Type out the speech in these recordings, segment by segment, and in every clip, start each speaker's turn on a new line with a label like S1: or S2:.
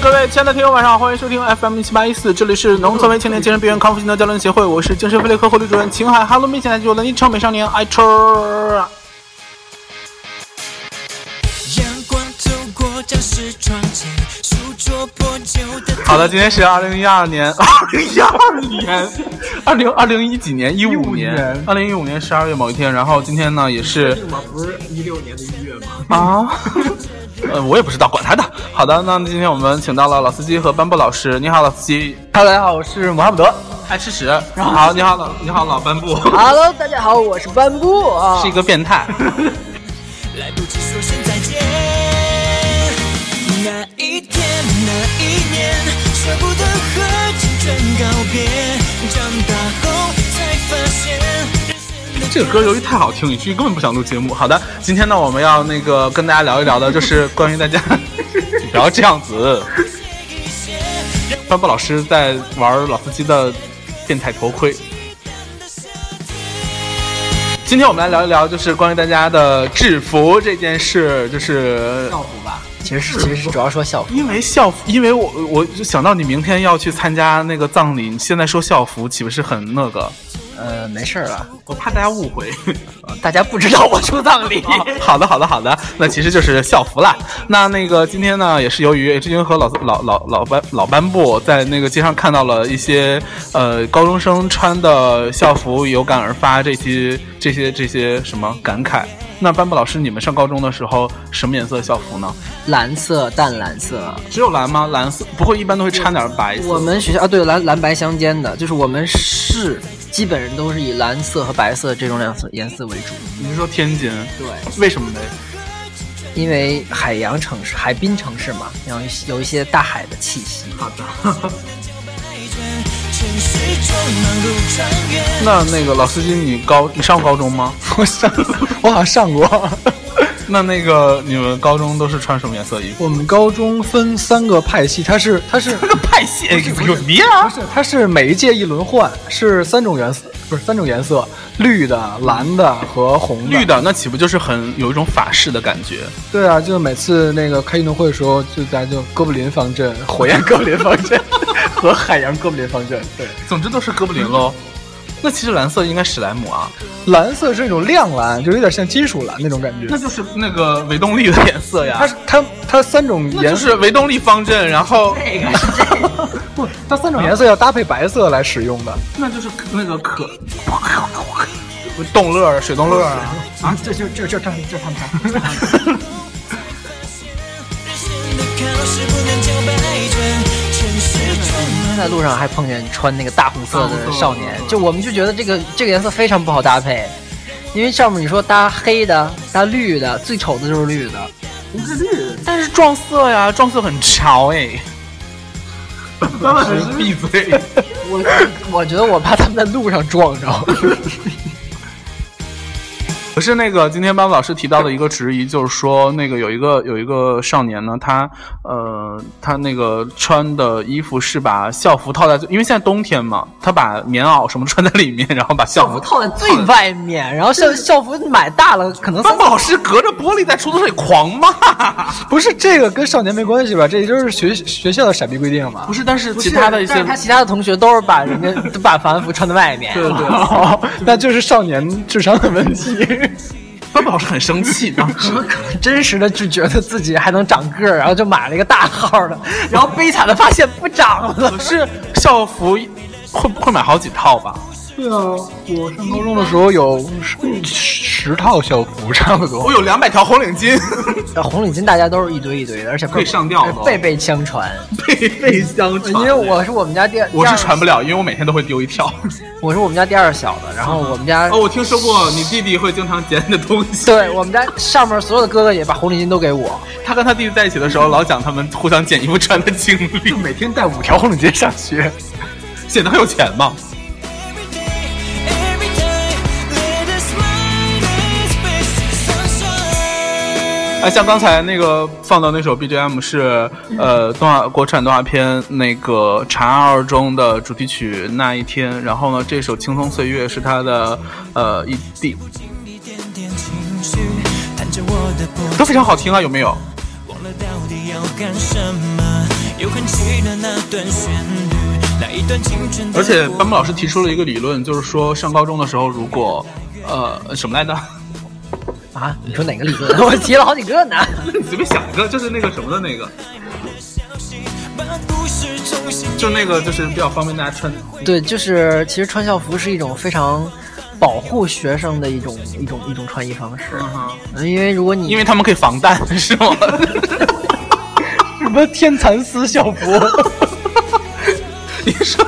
S1: 各位亲爱的听友，晚上好，欢迎收听 FM 一七八一四，这里是农村为青年精神病院康复心得交流协会，我是精神分裂科护理主任秦海。哈喽，面前来就我的昵称美少年艾车。
S2: 阳光透过教室窗前，书桌破旧的
S1: 好的，今天是二零一二年， 二零一二年， 二零二零一几年，一五年，二零一五年十二月某一天，然后今天呢也是
S3: 吗？不是一六年的一月吗？
S1: 啊， 呃，我也不知道，管他的。好的，那今天我们请到了老司机和班布老师，你好，老司机。哈喽，大家好，我是姆哈姆德，爱吃屎。好，你好老，你好老班布，
S4: Hello，大家好，我是班布啊
S1: 是一。个变态。
S2: 来不及说声再见。那一天，那一年，舍不得和青春告别。长大后才发现，人生的
S1: 这个歌由于太好听，以至于根本不想录节目。好的，今天呢，我们要那个跟大家聊一聊的，就是 关于大家不要这样子。
S2: 一些，让
S1: 班布老师在玩老司机的电台头盔。
S2: 我的夏天。
S1: 今天我们来聊一聊，就是关于大家的制服这件事，就是呃
S3: 校服吧，
S4: 其实是其实是主要说校服，
S1: 哦因为校服，因为我我就想到你明天要去参加那个葬礼，你现在说校服岂不是很那个？
S4: 呃，没事儿了，
S1: 我怕大家误会。
S4: 大家 不知道我出葬礼。
S1: 好的，好的，好的，那其实就是校服啦。那那个今天呢，也是由于 H 君和老老老老班老班布在那个街上看到了一些呃高中生穿的校服，有感而发这些这些这些什么感慨。那班布老师，你们上高中的时候什么颜色的校服呢？
S4: 蓝色、淡蓝色，
S1: 只有蓝吗？蓝色不会一般都会掺点白色。
S4: 我们学校啊，对，蓝蓝白相间的，就是我们市基本上都是以蓝色和白色这种两色颜色为主。
S1: 你是说天津？
S4: 对，
S1: 为什么呢？
S4: 因为海洋城市、海滨城市嘛，然后有一些大海的气息。
S3: 好的，
S2: 城市中忙碌长远，
S1: 那那个老司机，你高你上过高中 吗？
S5: 我上， 我好像上过。
S1: 那那个你们高中都是穿什么颜色的衣服？
S5: 我们高中分三个派系，它是它是
S1: 派系有你啊
S5: 不！是它是每一届一轮换，是三种颜色，不是三种颜色，绿的、蓝的和红的。
S1: 绿的那岂不就是很有一种法式的感觉？
S5: 对啊，就每次那个开运动会的时候，就咱就哥布林方阵、火焰哥布林方 阵和海洋哥布林方阵。对，
S1: 总之都是哥布林喽。那其实蓝色应该史莱姆啊，
S5: 蓝色是一种亮蓝，就有点像金属蓝那种感觉
S1: 那。就是那个维动力的颜色呀。
S5: 它是它它三种
S1: 那就
S5: 颜色，
S1: 是维动力方阵，然后
S5: 不，它三种颜色要搭配白色来使用的。
S1: 那就是那个可动乐、水动乐啊。
S3: 啊，这就这就这就他们俩。
S2: 人生的考试不能叫白卷，城市中忙
S4: 在路上还碰见穿那个大红色的少年，
S5: 嗯
S4: 就我们就觉得这个这个颜色非常不好搭配，因为上面你说搭黑的、搭绿的，最丑的就是绿的。
S1: 但是撞色呀，撞色很潮哎。老师 闭嘴！
S4: 我我 觉得我怕他们在路上 撞着。
S1: 可是那个今天班老师提到的一个质疑，就是说那个有一个有一个少年呢，他呃他那个穿的衣服是把校服套在，因为现在冬天嘛，他把棉袄什么穿在里面，然后把校服。
S4: 套在最外面，然后校校服买大了，可能
S1: 班老师隔着玻璃在出租车里狂骂，
S5: 不是这个跟少年没关系吧？这就是学学校的傻逼规定嘛
S1: 不。是，但是其他的一些
S4: 但是他其他的同学都是把人家都把防服穿在外面。
S1: 对对对，
S5: 哦，那就是少年智商的问题。
S1: 班老师很生气当时。
S4: 真实的就觉得自己还能长个儿，然后就买了一个大号的， 然后悲惨的发现不长了。
S1: 可是 校服会会买好几套吧？
S5: 对啊，我上高中的时候有十十套校服，差不多。
S1: 我哦有两百条红领 巾，
S4: 呃红领巾大家都是一堆一堆的，而且
S1: 可以上吊的哦
S4: 背背相传。
S1: 背背相
S4: 因为我是我们家第二，
S1: 我是
S4: 第二
S1: 传不了，因为我每天都会丢一条。
S4: 我是我们家第二小的，然后我们家、
S1: 哦，我听说过你弟弟会经常捡你的东西。
S4: 对我们家上面所有的哥哥也把红领巾都给我，
S1: 他跟他弟弟在一起的时候，老讲他们互相捡衣服穿的经历，
S5: 每天带五条红领巾上学，
S1: 显得很有钱嘛。
S2: Every day, every day, let us smile and face the sunshine.
S1: 哎，像刚才那个放的那首 BGM 是呃动画国产动画片那个《茶二》中的主题曲《那一天》，然后呢，这首《轻松岁月》是他的呃一第
S2: 一点点情绪伴着我的
S1: 都
S2: 波
S1: 非常好听啊，有没有？
S2: 动，忘了到底要干什么，有很期的那段旋律，那一段青春的
S1: 而且
S2: 过
S1: 班木老师提出了一个理论，就是说上高中的时候，如果呃什么来着？
S4: 啊，你说哪个理论？ 我提了好几个呢。
S1: 你随便想一个，就是那个什么的那个，
S2: 把故事重新
S1: 就是那个就是比较方便大家穿。
S4: 对，就是其实穿校服是一种非常保护学生的一种一种一种穿衣方式，嗯因为如果你
S1: 因为他们可以防弹，是 吗？
S4: 什么天蚕丝校服，
S1: 你说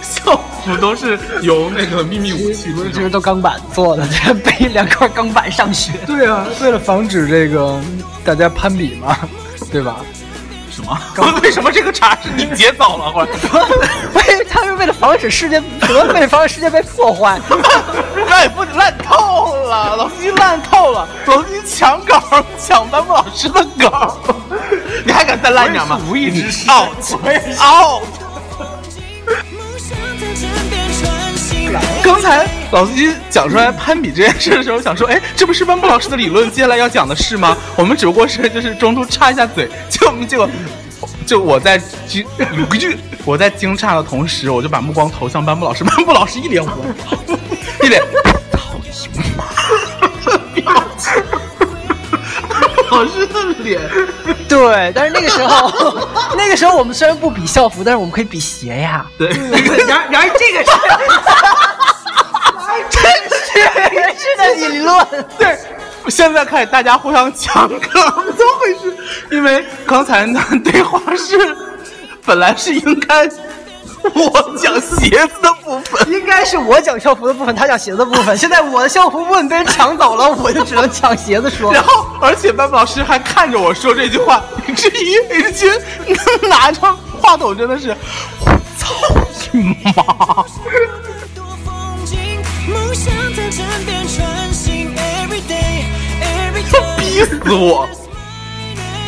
S1: 校服都是由那个秘密武器
S4: 不是这是都钢板做的，这 背两块钢板上 学。
S5: 对啊，为了防止这个嗯大家攀比嘛，对吧？
S1: 什么？为什么 这个茶是你姐早了 会儿？
S4: 为他是为了防止世界，可能为了防止世界被破坏，
S1: 赖哎不烂透了，老司机烂透了，老司机抢稿抢班木老师的稿，你还敢再烂点吗？无意之失 out out。
S2: 梦想在枕边穿行。
S1: 刚才老司机讲出来攀比这件事的时候，想说，哎，这不是班布老师的理论，接下来要讲的是吗？我们只不过是就是中途插一下嘴，结果结果就我在惊，我在惊诧的同时，我就把目光投向班布老师，班布老师一脸无语，一脸操你妈！老师的脸，
S4: 对，但是那个时候， 那个时候我们虽然不比校服，但是我们可以比鞋呀。
S1: 对，
S3: 然然而这个是
S4: 是的理论，
S1: 对，现在开始大家互相抢 梗，怎么回事？因为刚才那对话是本来是应该我讲鞋子的部分，
S4: 应该是我讲校服的部分，他讲鞋子的部分。现在我的校服部分被人抢走了，我就只能抢鞋子说。
S1: 然后而且班老师还看着我说这句话，以至于以至于拿着话筒真的是，操你妈！
S2: 多风景，梦想在枕边穿行，every day every time。
S1: 逼死我！
S2: Smile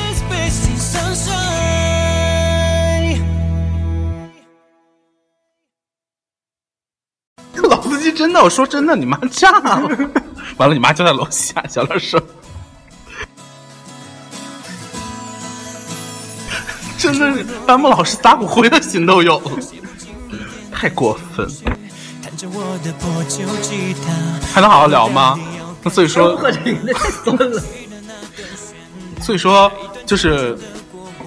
S2: is facing sunshine。
S1: 老司机真的，我说真的，你妈炸了！ 完了，你妈就在楼下，小点声。 真的是班木老师撒骨灰的心都有了，太过分！
S2: 弹着我的破旧吉他。
S1: 还能好好聊吗？那所以说，所以说就是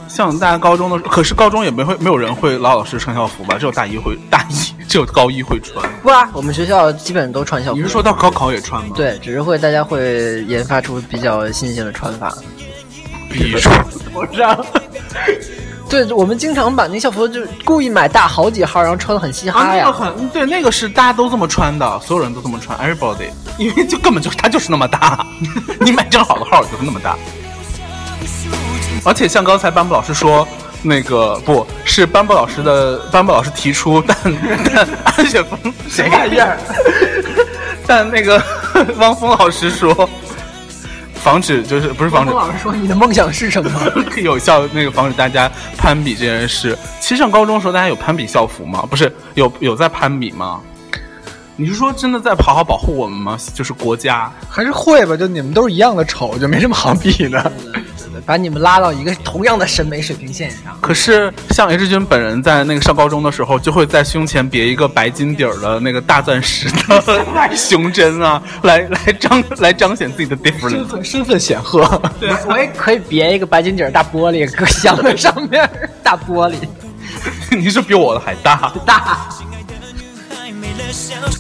S1: 像大家高中的时候，可是高中也没会没有人会老老实实穿校服吧？只有大一会，大一只有高一会穿。
S4: 不啊，我们学校基本都穿校服
S1: 你是。说到高考也穿吗？
S4: 对，只是会大家会研发出比较新鲜的穿法。
S1: 比 如说，
S4: 对，我们经常把那校服就故意买大好几号，然后穿的很嘻
S1: 啊，
S4: 哈
S1: 那个
S4: 呀。
S1: 很对，那个是大家都这么穿的，所有人都这么穿，everybody，因为就根本就是它就是那么大， 你买正好的号就是那么大。而且像刚才班布老师说，那个不是班布老师的，班布老师提出，但但安雪峰 谁玩意儿？但那个 汪峰老师说，防止就是不是防止，
S4: 老师说你的梦想是什么？
S1: 有效那个防止大家攀比这件事。其实上高中的时候，大家有攀比校服吗？不是，有有在攀比吗？你是说真的在好好保护我们吗？就是国家，
S5: 还是会吧，就你们都是一样的丑，就没什么好比的。
S4: 把你们拉到一个同样的审美水平线上。
S1: 可是像 H 君本人在那个上高中的时候，就会在胸前别一个白金底儿的那个大钻石的 胸针啊，来来彰来彰显自己的 difference
S5: 身。份 身份显赫，
S4: 我也可以别一个白金底儿大玻璃搁箱子上面儿，大玻璃
S1: 你是比我的还大，
S4: 大。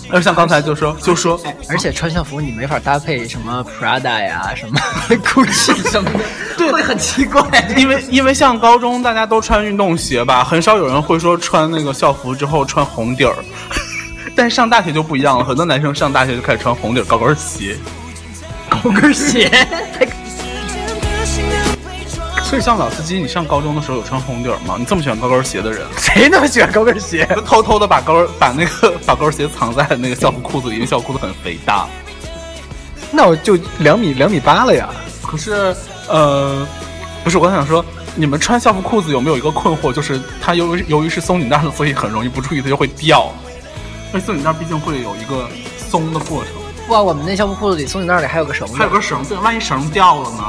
S1: 而像刚才就说就说，
S4: 而且穿校服你没法搭配什么 Prada 呀、什么 Gucci 什么的， 对，会很奇 怪。
S1: 因为因为像高中大家都穿运动鞋吧，很少有人会说穿那个校服之后穿红底儿。但上大学就不一样了，很多男生上大学就开始穿红底儿高跟鞋。
S4: 高跟鞋，
S1: 所以像老司机，你上高中的时候有穿红底儿吗？你这么喜欢高跟鞋的人，
S5: 谁那么喜欢高跟鞋？
S1: 就偷偷的把高跟把那个把高跟鞋藏在那个校服裤子里，因为校服裤子很肥大。
S5: 那我就两米两米八了呀。
S1: 可是，呃，不是，我想说，你们穿校服裤子有没有一个困惑，就是它由于由于是松紧带的，所以很容易不注意它就会掉。而松紧带毕竟会有一个松的过程，
S4: 哇，我们那校服裤子里松紧带里还有个绳子
S1: 还有，个绳，对，万一绳掉了呢？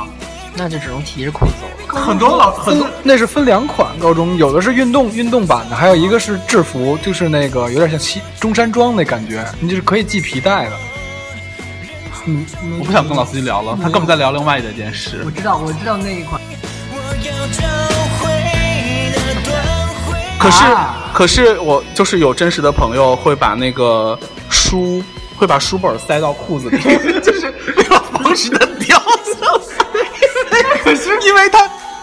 S4: 那就只能提着裤子走了。
S1: 很多老很
S5: 分
S1: 多
S5: 那是分两款高中，有的是运动运动版的，还有一个是制服，就是那个有点像西中山装那感觉，你就是可以系皮带的。嗯，
S1: 我不想跟老司机聊了，他跟我们在聊另外一件事
S4: 我。知道，我知道那一款。
S2: 我要找回那段回忆。
S1: 可是
S4: 啊，
S1: 可是我就是有真实的朋友会把那个书，会把书本塞到裤 子里，就是没有防止它掉下来。可是因为他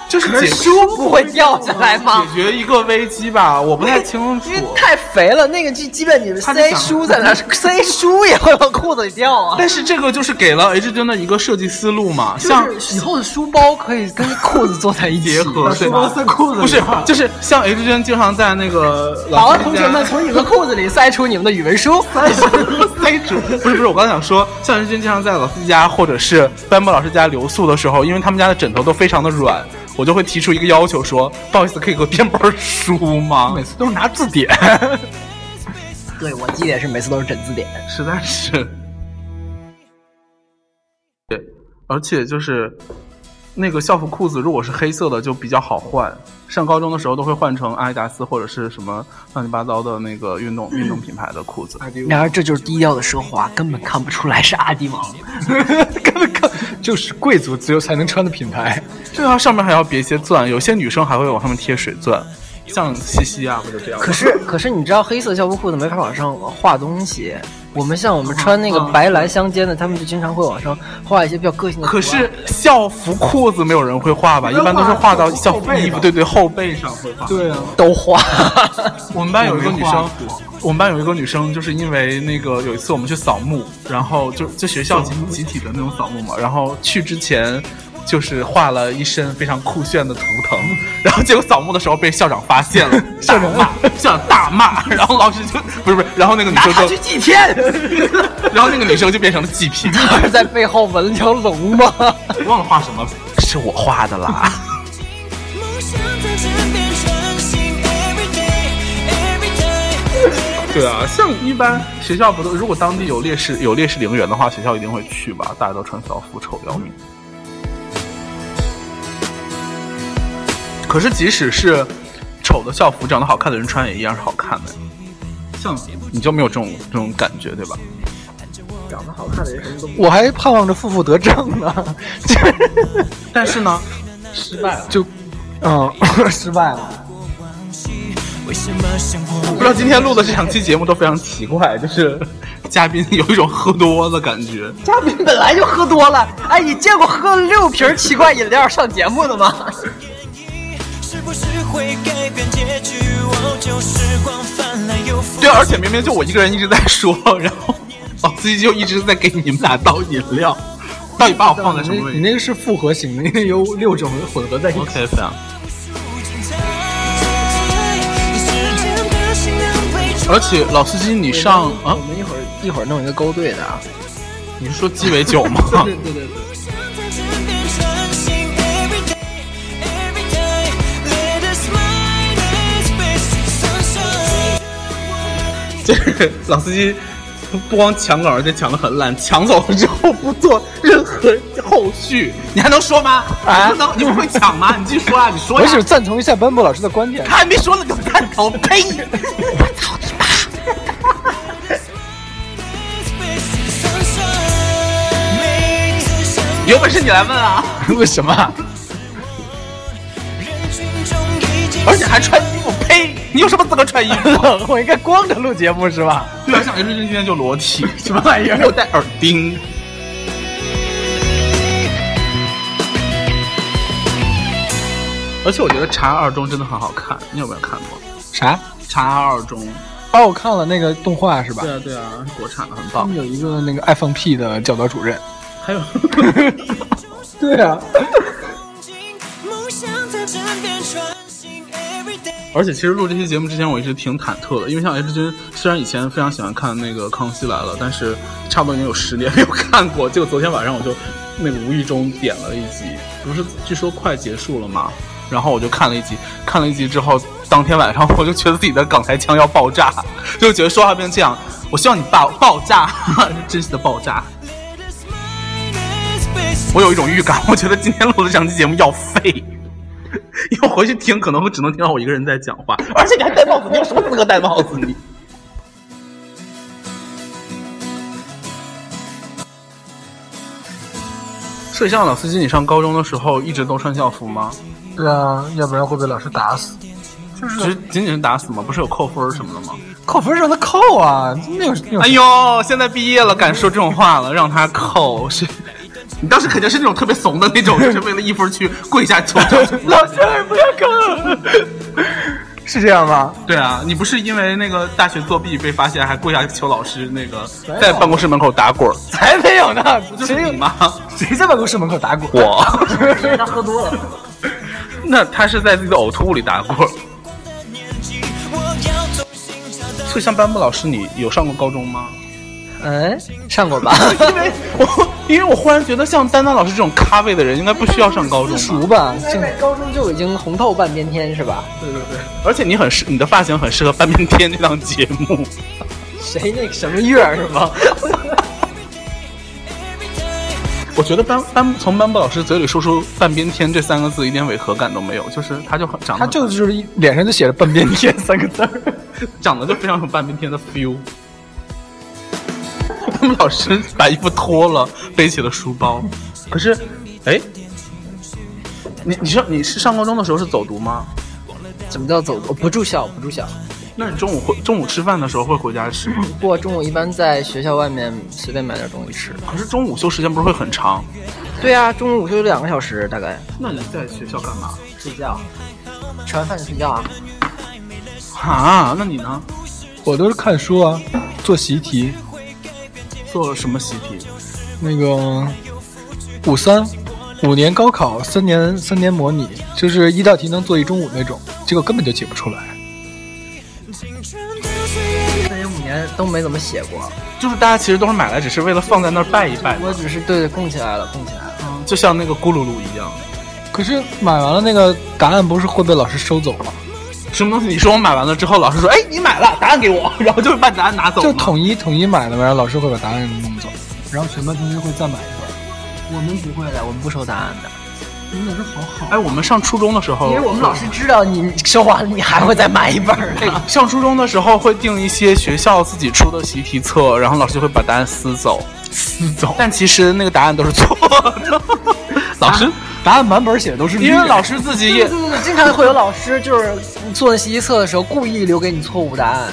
S1: 就是解
S4: 书不会掉下来
S1: 解
S4: 吗？
S1: 决一个危机吧，我不太清楚
S4: 因为。太肥了，那个基基本你们
S1: 他就
S4: 塞
S1: 想
S4: 书在那 儿，塞书也会往裤子里掉 啊。
S1: 但是这个就是给了 H 君的一个设计思路嘛，像
S4: 就是以后的书包可以跟裤子坐在一起
S1: 结合对吧？
S5: 裤
S1: 不是，就是像 H 君经常在那个
S4: 好
S1: 老
S4: 了，
S1: 师
S4: 同
S1: 家
S4: 学们，从你们裤子里塞出你们的语文书。
S1: 塞住， 不是不是，我刚想说，向日君经常在老司机家或者是班博老师家留宿的时候，因为他们家的枕头都非常的软，我就会提出一个要求说，不好意思，可以给我编本书吗
S5: 每？次都是拿字典。
S4: 对，我记得是每次都是整字典。
S1: 实在是， 对，而且就是那个校服裤子，如果是黑色的就比较好换，上高中的时候都会换成阿迪达斯或者是什么乱七八糟的那个运动运动品牌的裤子。
S4: 然而这就是低调的奢华，根本看不出来是阿迪 王。
S5: 根本看就是贵族只有才能穿的品牌。
S1: 对啊，上面还要别一些钻，有些女生还会往上面贴水钻，像西西啊或者这样。
S4: 可是可是你知道黑色校服裤子没法往上画东西。我们像我们穿那个白蓝相间的，他们就经常会往上画一些比较个性的图
S1: 可
S4: 案。
S1: 是校服裤子没有人会画吧？一般都是画到校服衣服，对对，后背上会画。，
S5: 对啊，
S4: 都 画，
S1: 我们班有一个女生
S5: 我没画，
S1: 我们班有一个女生，就是因为那个有一次我们去扫墓，然后就就学校集集体的那种扫墓嘛，然后去之前。就是画了一身非常酷炫的图腾，然后结果扫墓的时候被校长发现了， 校长骂，校长大骂，然后老师就不是不是，然后那个女生
S4: 他
S1: 就
S4: 去，祭天，
S1: 然后那个女生就变成了祭品。
S4: 不是在背后纹了条龙吗？
S1: 忘了画什么，是我画的啦。
S2: 梦想在这变成行，every day，every day。
S1: 对啊，像一般学校不都，如果当地有烈士有烈士陵园的话，学校一定会去吧？大家都穿校服，丑得要命。可是即使是丑的校服，长得好看的人穿也一样是好看的。像你就没有这种这种感觉，对吧？
S5: 我还盼望着负负得正呢，
S1: 但是呢，
S5: 就嗯 失败了。
S2: 为什么生
S1: 不
S2: 活
S1: 知道今天录的这两期节目都非常奇怪，就是嘉宾有一种喝多的感觉。
S4: 嘉宾本来就喝多了，哎，你见过喝六瓶奇怪饮料上节目的吗？
S2: 是不是会改变结局？我就时光翻来又复
S1: 对，而且明明就我一个人一直在说，然后老司机就一直在给你们俩倒饮料，到底把我放在什
S5: 你
S1: 么位
S5: 你
S1: 置
S5: 那个是复合型的，
S4: 哎
S5: 因为有六种混合在一起。
S1: ？OK，非常。而且老司机，你上啊
S4: 我，们一会儿一会儿弄一个勾兑的啊。
S1: 你是说鸡尾酒吗？
S5: 对对对，
S1: 就是老司机不光抢梗，而且抢的很烂，抢走了之后不做任何后续，你还能说吗？啊，你不能，你不会抢吗？你继续说啊，你说
S5: 我
S1: 呀
S5: 只。赞同一下班博老师的观点。
S1: 他还没说呢，你就探头， 呸！有本事你来问啊！
S5: 为什么啊？
S1: 而且还穿衣服，呸！你有什么资格穿衣服？
S5: 我应该光着录节目是吧？
S1: 对啊，像 H 君今天就裸体，什么玩意 儿？没有戴耳钉。而且我觉得《茶二中》真的很好看，你有没有看过
S5: 啥？
S1: 《茶二中》？
S5: 哦，我看了那个动画是吧？
S1: 啊，对啊，国产的很
S5: 他
S1: 棒
S5: 们。有一个那个爱放屁的教导主任。
S1: 还有，
S5: 对啊，
S1: 而且其实录这期节目之前，我一直挺忐忑的，因为像 H 君，虽然以前非常喜欢看那个《康熙来了》，但是差不多已经有十年没有看过。结果昨天晚上我就那个无意中点了一集，不是据说快结束了吗？然后我就看了一集，看了一集之后，当天晚上我就觉得自己的港台腔要爆炸，就觉得说话变成 这样。我希望你爆爆炸，真实的爆炸。我有一种预感， 我觉得今天录的这两期节目要废， 因为回去听可能会只能听到我一个人在讲话， 而且你还戴帽子，你有什么资格戴帽子你？ 摄像老司机，你上高中的时候一直都穿校服吗？
S5: 对啊，要不然会被老师打死。
S1: 只是仅仅是打死吗？不是有扣分儿什么的吗？
S5: 扣分让他扣啊，那有那 有
S1: 哎呦，现在毕业了，敢说这种话了，让他扣是。 你当时肯定是那种特别怂的那种，就是为了一分去跪下求 救。
S5: 老师不要扣，是这样吗？
S1: 对啊，你不是因为那个大学作弊被发现，还跪下求老师那个在办公室门口打滚儿，
S5: 才没有呢，
S1: 不是
S5: 谁
S1: 你
S5: 有
S1: 吗？
S5: 谁在办公室门口打滚？
S1: 我，
S4: 他喝多了。
S1: 那他是在自己的呕吐物里打滚儿。所以像班布老师，你有上过高中吗？
S4: 嗯，上过吧？
S1: 因为我因为我忽然觉得像丹丹老师这种咖位的人，应该不需要上高中吧。
S4: 熟吧？现在高中就已经红透半边天是吧？
S1: 而且你很适，你的发型很适合《半边天》这档节目。
S4: 谁那个什么月儿是吗？
S1: 我觉得班班从班布老师嘴里说出“半边天”这三个字，一点违和感都没有，就是他就很长得很，
S5: 他就是一脸上就写着“半 边天”三个字儿。
S1: 长得就非常有半边天的 feel。班布老师把衣服脱了，背起了书包。可是，哎，你你上你是上高中的时候是走读吗？
S4: 怎么叫走读？不住校，不住校。
S1: 那你中午回中午吃饭的时候会回家 吃吗？
S4: 不过中午一般在学校外面随便买点东西吃。
S1: 可是中午午休时间不是会很长？
S4: 对啊，中午午休就两个小时大概。
S1: 那你在学校干嘛？
S4: 睡觉，吃完饭就睡觉啊。
S1: 啊，那你呢？
S5: 我都是看书啊，做习题，
S1: 做什么习题？
S5: 那个五三五年高考三年三年模拟，就是一道题能做一中午那种，结果根本就解不出来。
S4: 三十五年都没怎么写过，
S1: 就是大家其实都是买来，只是为了放在那儿拜一拜，
S4: 我只是对对供起来了，供起来了。
S1: 就像那个咕噜噜一样。
S5: 可是买完了那个答案不是会被老师收走吗？
S1: 什么东西？你说我买完了之后，老师说：“哎，你买了，答案给我。” 然后就把答案拿走
S5: 就
S1: 吗。
S5: 统一统一买的，然后老师会把答案弄走，然后全班同学会再买一份。
S4: 我们不会的，我们不收答案的，
S5: 你们老师好好，
S1: 哎，我们上初中的时候，
S4: 因为我们老师哎知道你收完了，你还会再买一本 儿的。
S1: 哎上初中的时候会定一些学校自己出的习题册，然后老师就会把答案撕走，撕走。但其实那个答案都是错 的。老师，
S5: 答案满本写的都是绿
S1: 因
S5: 的
S1: 为老师自己
S4: 对
S1: 也
S4: 对对，经常会有老师就是做习题册的时候故意留给你错误答案，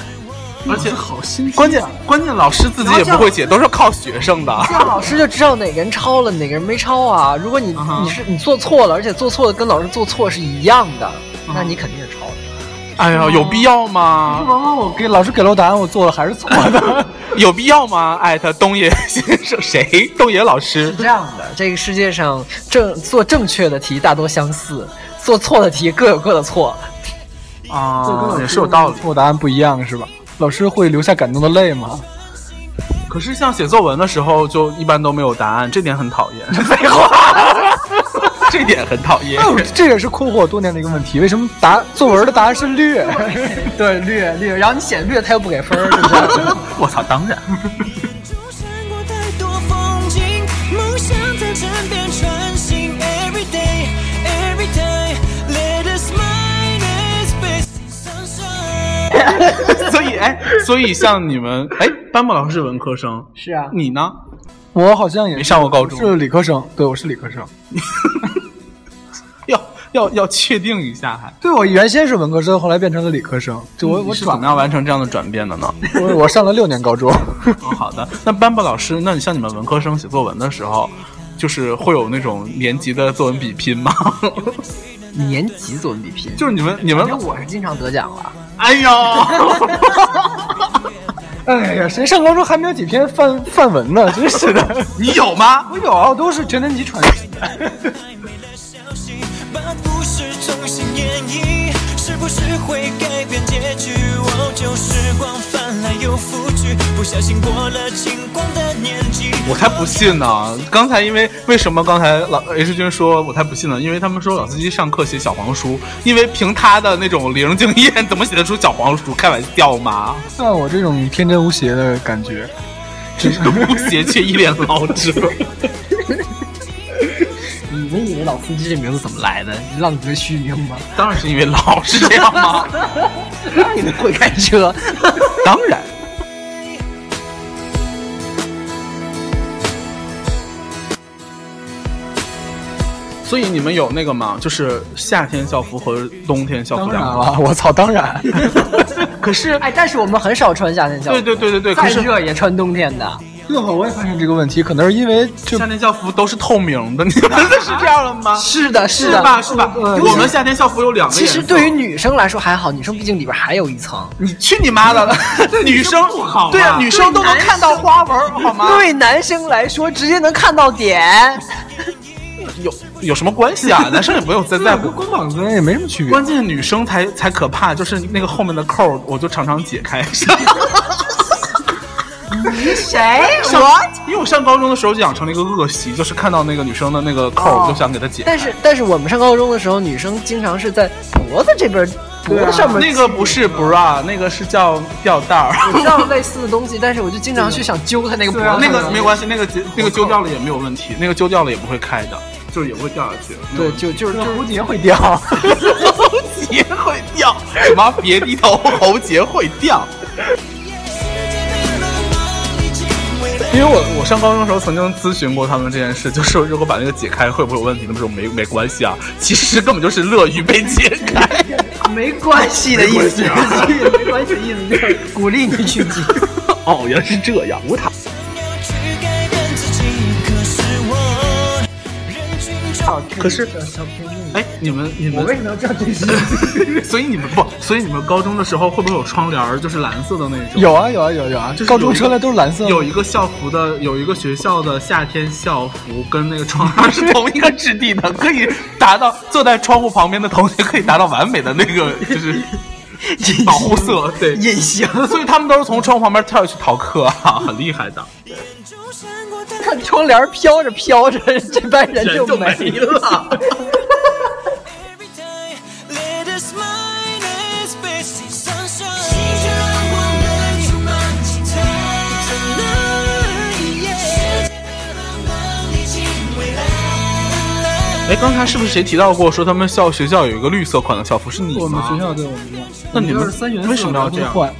S1: 而且
S5: 好心
S4: 啊
S1: 关键关键老师自己也不会解，都是靠学生的。
S4: 这样老师就知道哪个人抄了，哪个人没抄啊。如果你、
S1: 哼
S4: 你是你做错了，而且做错的跟老师做错是一样的，那你肯定是抄的。
S1: 哎呀，有必要吗？
S5: 完了，我给老师给了我答案，我做了还是错 的。
S1: 有必要吗？艾特东野先生，谁？东野老师
S4: 是？这样的，这个世界上正做正确的题大多相似，做错的题各有各的错。
S1: 啊，也是有道理。
S5: 错答案不一样是吧？老师会流下感动的 泪吗？
S1: 可是像写作文的时候，就一般都没有答案，这点很讨厌。废话，这点很讨厌
S5: 哎。我这也是困惑我多年的一个问题，为什么答 作文的答案是绿？
S4: 对，略略，然后你写略，他又不给分儿，是不是？
S1: 我操，当然。
S2: 穿过太多风景，梦想在枕边穿行。Every day, every day, let us mind this space sunshine。
S1: 所以，哎，所以像你们，哎，班木老师是文科生，
S4: 是啊，
S1: 你呢？
S5: 我好像也
S1: 没上过高中
S5: 是理科生，对我是理科生。
S1: 要要要确定一下，还
S5: 对我原先是文科生，后来变成了理科生。就我、
S1: 嗯你
S5: 我
S1: 是怎
S5: 转嗯
S1: 么样完成这样的转变的呢？
S5: 我我上了六年高中。
S1: 哦，好的。那班布老师，那你像你们文科生写作文的时候，就是会有那种年级的作文比拼吗？
S4: 年级作文比拼，
S1: 就是你们你们
S4: 反正嗯我是经常得奖了。
S1: 哎呦，
S5: 哎呀，谁上高中还没有几篇范范文呢？真 是的。
S1: 你有吗？
S5: 我有啊，我都是全年级传奇的。
S2: 暧昧的消息，把故事重新演绎，是不是会改变结局？哦，旧时光翻来又覆去，不小心过了轻狂的年纪。
S1: 我才 不信呢！刚才因为为什么刚才老 H 君说我才不信呢？因为他们说老司机上课写小黄书，因为凭他的那种零经验，怎么写得出小黄书？开玩笑吗？
S5: 像我这种天真无邪的感觉，
S1: 无邪却一脸老者。
S4: 们以为老司机这名字怎么来的？浪得虚名吗？
S1: 当然是因为老是这样吗？
S4: 那你们会开车？
S1: 当然，所以你们有那个吗？就是夏天校服和冬天校服
S5: 当然
S1: 两个。
S5: 了，啊 我操，当然，
S1: 可是，
S4: 哎，但是我们很少穿夏天校服，
S1: 对对对对对，可
S4: 再
S1: 是
S4: 热也穿冬天的。
S5: 这会儿我也发现这个问题，可能是因为就
S1: 夏天校服都是透明的，你们的是这样的吗？
S4: 是的，是的，
S1: 吧？是吧？
S5: 呃
S1: 我们夏天校服有两个
S4: 其
S1: 颜色。
S4: 实对于女生来说还好，女生毕竟里边还有一层。
S1: 你去你妈的了！女生
S3: 不好吧
S1: 对啊，女生都能看到花纹，好吗？
S4: 对男生来说，直接能看到点。
S1: 有有什么关系啊？男生也不用再在乎
S5: 跟。光膀子也没什么区别
S1: 关。键女生才才可怕，就是那个后面的扣儿，我就常常解 开。
S4: 谁？
S1: 因为我上高中的时候就养成了一个恶习，就是看到那个女生的那个扣儿，
S4: 哦
S1: 我就想给她解开。
S4: 但是但是我们上高中的时候，女生经常是在脖子这边，脖
S1: 啊
S4: 子上 面
S1: 那个不是 bra，那个是叫吊带儿。
S4: 我知道类似的东西，但是我就经常去想揪她那个脖子。
S1: 啊 那个没关系，那个解那个揪掉了也没有问题，那个揪掉了也不会开的，就是也不会掉下去。没有
S4: 对，
S1: 问题
S4: 就就是就是
S5: 蝴蝶会掉，
S1: 也会掉，什么别低头，喉结会掉。因为我我上高中的时候曾经咨询过他们这件事，就是如果把那个解开会不会有问题？他们说没没关系啊，其实根本就是乐于被解开。
S4: 没关系的意思，
S1: 没关啊
S4: 没关系的意思就是鼓励你去挤。
S1: 哦，原来是这样，无塔。
S2: 去改变自己，可是我人群中
S1: 可是 哎，你们你们为什么要 这样解释？所以你们不，所以你们高中的时候会不会有窗帘儿，就是蓝色的那种？
S5: 有啊有啊有啊有啊，
S1: 就是
S5: 高中车来都是蓝色的，
S1: 有一个校服的，有一个学校的夏天校服跟那个窗帘是同一个质地的，可以达到坐在窗户旁边的同学可以达到完美的那个就是保护色，对，
S4: 隐形。
S1: 所以他们都是从窗户旁边跳下去逃课啊，很厉害的，
S2: 眼中闪过他
S4: 看窗帘飘着飘着，这班人
S1: 人就
S4: 没
S1: 没。了。
S2: every day. Let us mine as best in sunshine. 心却让我们充满期待。Tonight, yeah. 世界的浪漫历尽未来。
S1: 哎，刚才是不是谁提到过说他们校学校有一个绿色款的校服是你吗？
S5: 我们学校对我们学校，
S1: 那你们
S5: 就是三原色
S1: 为什么要这样
S5: 然后换？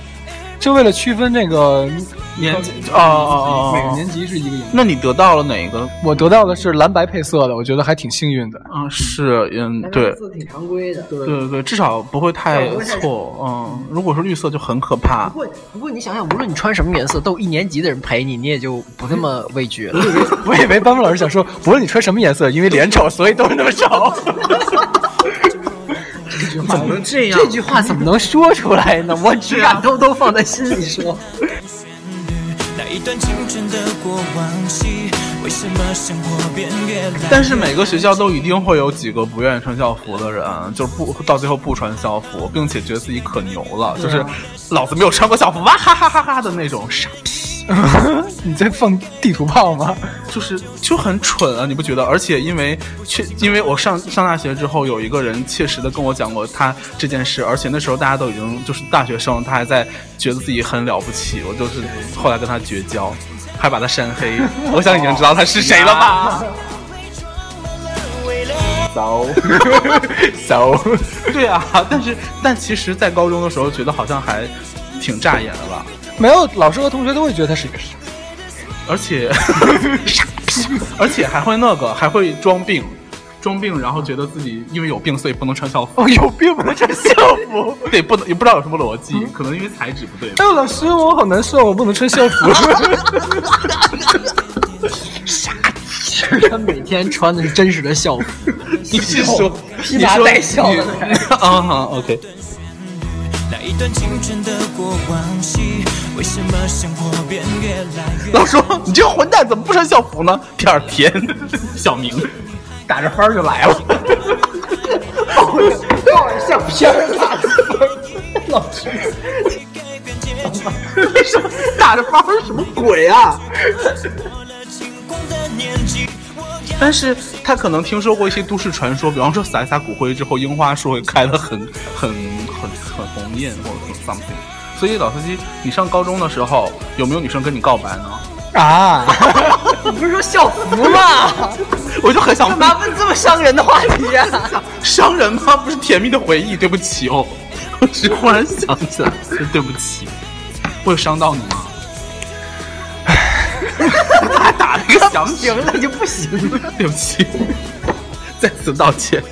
S5: 就为了区分这个
S1: 年级哦哦哦
S5: 每个
S1: 哦
S5: 年级是一个颜色。
S1: 那你得到了哪个？
S5: 我得到的是蓝白配色的，我觉得还挺幸运 的。
S1: 啊，是嗯，对。
S4: 字挺常规的。对。
S1: 对对对，至少不会太
S4: 不会太
S1: 错，嗯，如果是绿色就很可 怕
S4: 不。过，不过你想想，无论你穿什么颜色，都有一年级的人陪你，你也就不那么畏惧了。
S5: 我以为班副老师想说，不论你穿什么颜色，因为脸丑，所以都是那么丑。
S1: 怎么能这
S4: 这句话怎么能说出来 呢？我只敢偷偷放在心里说。
S2: 那一段青春的过往期，为什么生活变越来？
S1: 但是每个学校都一定会有几个不愿意穿校服的人，就是不到最后不穿校服，并且觉得自己可牛了，就是老子没有穿过校服，哇哈哈哈哈的那种傻逼，
S5: 你在放地图炮吗？
S1: 就是就很蠢啊，你不觉得？而且因为确，因为我上上大学之后，有一个人切实的跟我讲过他这件事，而且那时候大家都已经就是大学生，他还在觉得自己很了不起，我就是后来跟他绝交，还把他删黑，我想已经知道他是谁了吧？
S2: 未来，
S5: 走走，
S1: 对啊，但是但其实，在高中的时候，觉得好像还挺扎眼的吧，
S5: 没有老师和同学都会觉得他是一个傻。
S1: 而且而且还会那个，还会装病，装病，然后觉得自己因为有病，所以不能穿校服。
S5: 哦，有病吧？这校服。
S1: 对，不能也不知道有什么逻辑，可能因为材质不对吧。
S5: 哎呦，老师，我好难受，我不能穿校服。
S1: 啊
S4: 他每天穿的是真实的校 服，
S1: 你是说
S4: 披麻戴孝的
S1: 你说你 啊哈，OK，
S2: 那一段青春的过往期，为什么生活变越来越？
S1: 老师，你这个混蛋怎么不穿校服呢？第二天，小明打着幡儿就来 了。
S2: 改变结局。
S1: 打着幡什么鬼啊？
S2: 过了轻狂的年纪，我要
S1: 但是他可能听说过一些都市传说，比方说撒一撒骨灰之后，樱花树会开得很 很很很红艳或者 something。所以老司机，你上高中的时候有没有女生跟你告白呢？
S5: 啊，
S4: 你不是说校服 吗？
S1: 我就很想
S4: 干
S1: 问
S4: 嘛，问这么伤人的话题啊呀、
S1: 伤人吗？不是甜蜜的回忆，对不起哦， 我只是忽然想起来，对不起，我有伤到你吗？ 他还打了一个响指，
S4: 了就不行了。
S1: 对不起， 再次道歉。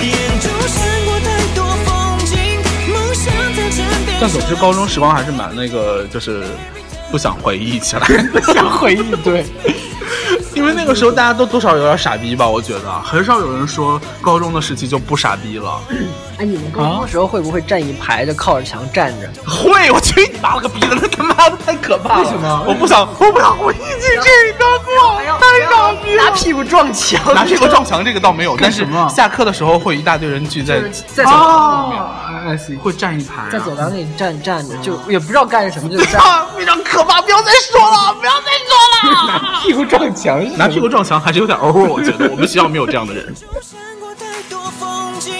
S2: 眼中闪过太多风景，梦想在枕边。
S1: 但总之，高中时光还是蛮那个，就是不想回忆起来，
S5: 想回忆对，
S1: 因为那个时候大家都多少有点傻逼吧，我觉得很少有人说高中的时期就不傻逼了。
S4: 哎，你们高中的时候会不会站一排就靠着墙站着？
S1: 会，我去你妈了个逼的，那他妈的太可怕了！为什哎
S5: 么
S1: 我不想，我不想回忆起这个过往，太傻逼了
S4: 拿。屁股撞墙，
S1: 拿屁股撞墙这个倒没有，但是
S5: 什么
S1: 下课的时候会一大堆人聚在
S4: 就是
S1: 一起，
S4: 在走
S5: 啊，I see，
S1: 会站一排、啊，
S4: 在走廊那里站站着，就也不知道干什么，就站。
S1: 啊，非常可怕！不要再说了，不要再说了。
S5: 屁股撞墙，
S1: 拿屁股撞墙还是有点 over，我觉得我们学校没有这样的人，
S2: 闪过太多风景，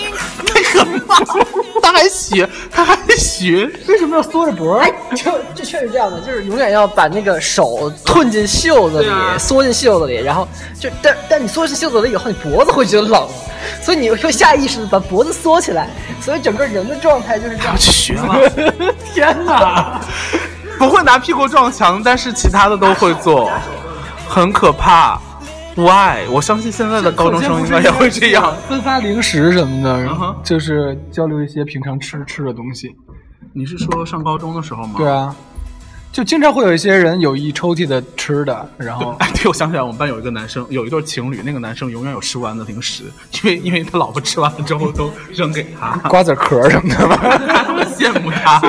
S1: 太可怕了。 他还学，他还学，
S5: 为什么要缩着脖？
S4: 哎， 就就确实这样的，就是永远要把那个手吞进袖子里，
S1: 啊
S4: 缩进袖子里，然后就但但你缩进袖子里以后，你脖子会觉得冷，所以你会下意识的把脖子缩起来，所以整个人的状态就是这样
S1: 要。去学了。
S5: 天哪！
S1: 不会拿屁股撞墙，但是其他的都会做，很可怕。Why？我相信现在的 高中生应该也会这样。，嗯
S5: 分发零食什么的
S1: 哼，哦
S5: 就是交流一些平常吃吃的东西。
S1: 你是说上高中的时候吗
S5: 对啊，就经常会有一些人有一抽屉的吃的，然 后
S1: 哎，对，我想起来，我们班有一个男生，有一对情侣，那个男生永远有吃不完的零食，因为因为他老婆吃完了之后都扔给他，
S5: 瓜子壳什 么的吧，
S1: 他他妈羡慕他，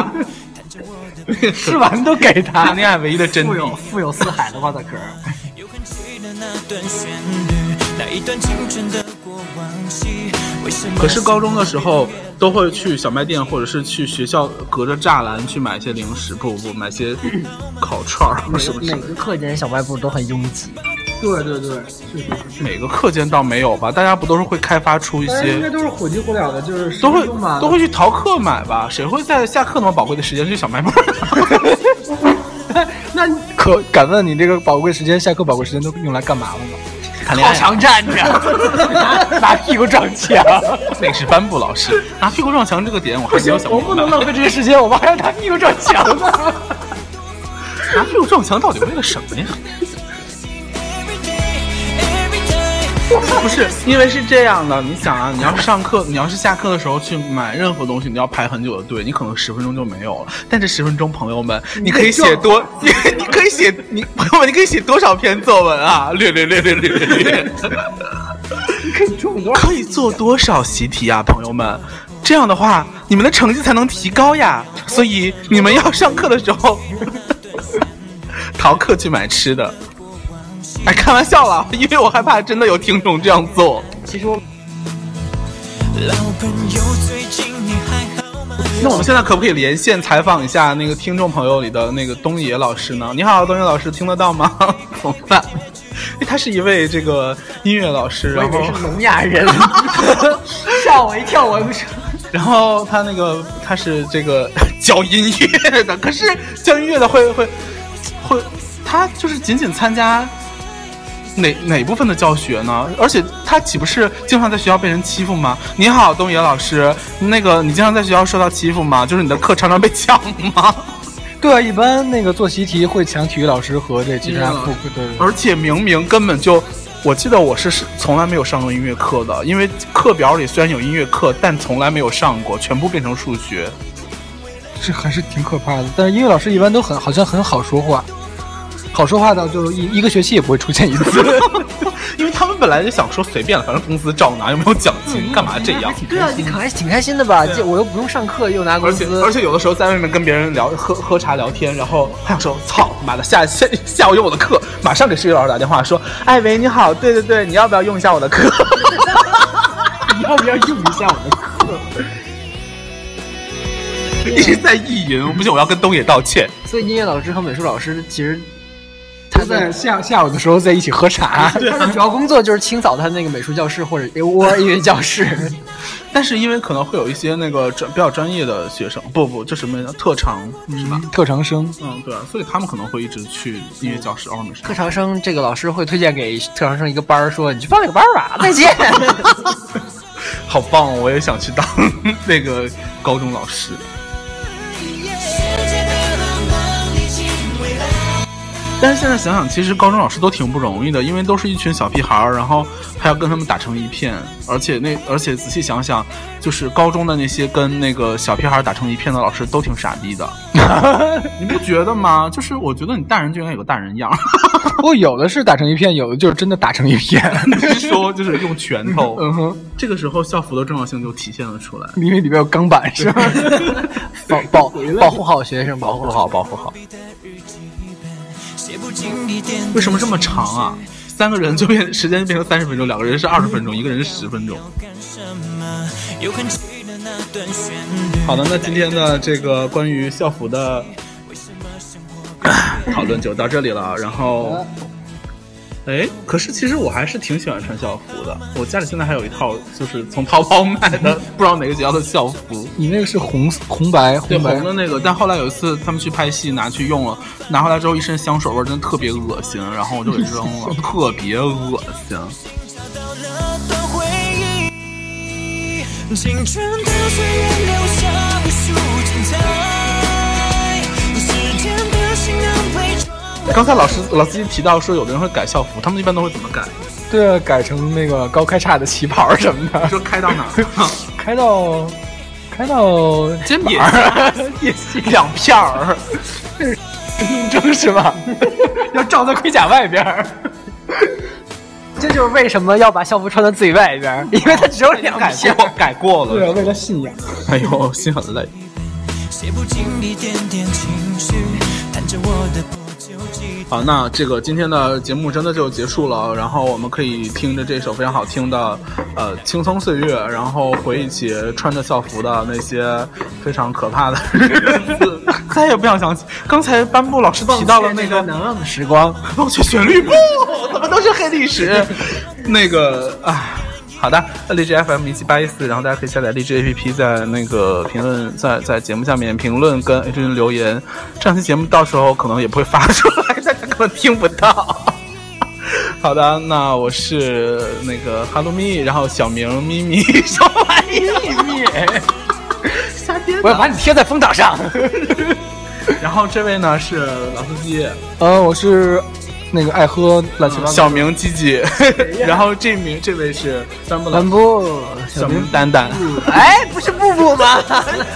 S5: 吃完都给
S1: 谈
S5: 他。
S1: 恋爱唯一的真
S4: 富
S1: 谛
S4: 有。富有似海的瓜子壳，
S2: 有很记得那段旋律，那一段青春的过往期。为什么
S1: 可是高中的时候都会去小卖店，或者是去学校隔着栅栏去买一些零食，不不不，买些烤串儿， 是不
S4: 每
S1: 是？
S4: 个课间小卖部都很拥挤。
S5: 对对对，
S1: 每个课间倒没有吧，大家不都是会开发出一些，
S5: 都是火急火燎的，就是
S1: 都会都会去逃课买吧？谁会在下课那么宝贵的时间去小 卖部？
S5: 那可敢问你这个宝贵时间，下课宝贵时间都用来干嘛了吗？
S1: 谈恋爱 啊。
S5: 站着，拿屁股撞墙。
S1: 那个是班布老师 拿屁股撞墙这个点，我还没有想
S5: 我
S1: 明白
S5: 不能浪费这些时间，我们还要拿屁股撞墙呢。
S1: 拿屁股撞墙到底为了什么呀？
S2: every day, every time
S1: 不是，因为是这样的，你想啊，你要是上课，你要是下课的时候去买任何东西，你要排很久的队，你可能十分钟就没有了。但这十分钟，朋友们，你可以写多，你你可以写你朋友们，你可以写多少篇作文啊？略略略略略略略， 可以做多少习题啊，朋友们？这样的话，你们的成绩才能提高呀。所以你们要上课的时候，逃课去买吃的。哎，开玩笑啦， 因为我害怕真的有听众这样做。
S2: 老朋友，最近你还好吗？
S1: 那我们现在可不可以连线采访一下那个听众朋友里的那个东野老师呢？你好，东野老师，听得到吗？ 怎么办？因为他是一位这个音乐老师，然后
S4: 聋 哑人， 吓我一跳，我也不是。
S1: 然后他那个他是这个教音乐的，可是教音乐的会会会，他就是仅仅参加哪哪部分的教学呢？而且他岂不是经常在学校被人欺负吗？你好，东野老师，那个你经常在学校受到欺负吗？就是你的课常常被抢吗？
S5: 对啊，一般那个做习题会抢体育老师和这其他
S1: 啊
S5: 副科。对对对，
S1: 而且明明根本就，我记得我是是从来没有上过音乐课的，因为课表里虽然有音乐课，但从来没有上过，全部变成数学。
S5: 这还是挺可怕的。但是英语老师一般都很好像很好说话，好说话到就是一一个学期也不会出现一次。
S1: 因为他们本来就想说随便了，反正工资照拿，又没有奖金，干嘛这样？
S4: 对啊，你还挺开心的吧？这我又不用上课，又拿工
S1: 而且
S4: 资
S1: 而。且有的时候在外面跟别人聊喝喝茶聊天，然后他想说操妈的下下下午有我的课，马上给数学老师打电话说，哎喂你好，对对对，你要不要用一下我的课？
S5: 你要不要用一下我的课？
S1: 一直在意淫，我不行，我要跟东野道歉。
S4: 所以音乐老师和美术老师其实
S5: 他在下下午的时候在一起喝茶。
S4: 啊 他的主要工作就是清扫他那个美术教室或者我音乐教室。
S1: 但是因为可能会有一些那个专比较专业的学生，不不，这什么特长是吧？
S5: 特长生，
S1: 嗯，对、啊，所以他们可能会一直去音乐教室哦，没事。
S4: 特长生这个老师会推荐给特长生一个班儿，说你去报这个班儿吧，再见。
S1: 好棒、哦，我也想去当 那个高中老师。
S2: 世界的浪漫历尽未来。
S1: 但是现在想想，其实高中老师都挺不容易的，因为都是一群小屁孩儿，然后还要跟他们打成一片，而且那而且仔细想想，就是高中的那些跟那个小屁孩儿打成一片的老师都挺傻逼的，你不觉得吗？就是我觉得你大人就应该有个大人样儿，
S5: 不过有的是打成一片，有的就是真的打成一片。
S1: 是 说就是用拳头，
S5: 嗯哼，
S1: 这个时候校服的重要性就体现了出来。
S5: 因为里面有钢板是吧？
S4: 保保保护 好学生，保护好，保护好。
S2: 写不尽一点
S1: 为什么这么长啊？三个人就变时间变成三十分钟，两个人是二十分钟，一个人是十分钟。
S2: 干什么？又哼起了那段旋律。
S1: 好的，那今天的这个关于校服的
S2: 为什么生活
S1: 讨论就到这里了。然后，哎，可是其实我还是挺喜欢穿校服的。我家里现在还有一套，就是从淘宝买 的，不知道哪个学校的校服。
S5: 你那个是红红白
S1: 对
S5: 红白
S1: 红的那个，但后来有一次他们去拍戏拿去用了，拿回来之后一身香水味儿，真的特别恶心，然后我就给扔 了，特别恶心。
S2: 找到了段回忆，青春的岁月留下无数精彩，时间的行囊被装
S1: 刚才老师老司机提到说，有的人会改校服，他们一般都会怎么改？
S5: 对啊，改成那个高开叉的旗袍什么的，
S1: 说开到哪儿？
S5: 开到开到
S1: 肩膀
S5: 也两片儿，这是正正 是 吧？要罩在盔甲外边儿。
S4: 这就是为什么要把校服穿到最外边儿，因为它只有两
S1: 改
S4: 片。
S1: 过改过
S5: 对
S1: 了
S5: 啊，，为了信仰。
S1: 哎呦，心很累。
S2: 写不尽一点点情绪，弹着我的破旧吉他。
S1: 好，那这个今天的节目真的就结束了，然后我们可以听着这首非常好听的，呃，《青葱岁月》，然后回忆起穿着校服的那些非常可怕的日子， 再也不想想起。刚才班布老师提到了那个
S4: 难啊忘的时光，
S1: 我去旋律部，怎么都是黑历史？那个啊，好的，那荔枝 FM 一七八一四，然后大家可以下载荔枝 APP，在那个评论，在在节目下面评论跟 A 君留言。这两期节目到时候可能也不会发出来，大家可能听不到。好的，那我是那个哈喽咪，然后小明咪咪，什么玩意儿？瞎编
S4: 我要
S1: 的。
S4: 把你贴在风岛上。
S1: 然后这位呢是老司机。
S5: 呃，我是那个爱喝乱七八糟。
S1: 小明鸡鸡，然后这名这位是三不
S4: 兰
S1: 老
S4: 布，
S1: 小明丹丹，
S4: 哎，不是布布吗？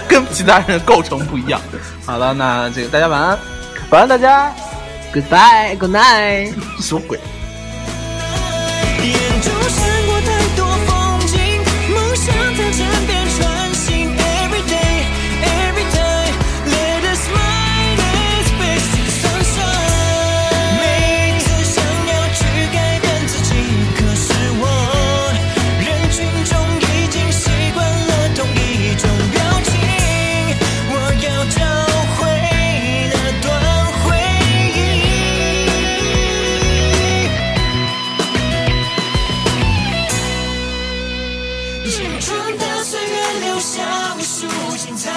S1: 跟其他人构成不一样。 好了，那这个大家晚安，
S4: 晚安，大家，Goodbye，Good night。
S1: 什么鬼？
S2: 眼中闪过太多风景，梦想在枕边穿行。Every day, every time, let us smile, let's face the sunshine。每次想要去改变自己，可是我人群中已经习惯了同一种表情。我要找回那段回忆。青春的岁月留下无数精彩，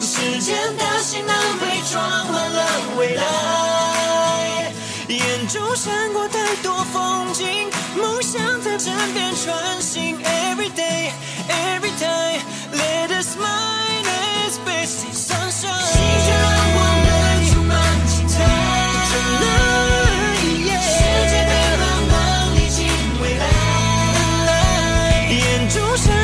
S2: 时间的行囊被装满了未来。眼中闪过太多风景，梦想在枕边穿行。Every day, every time, let us smile, let's face the sunshine。心却让我们充满期待。Tonight, 世界的浪漫历尽未来。眼中闪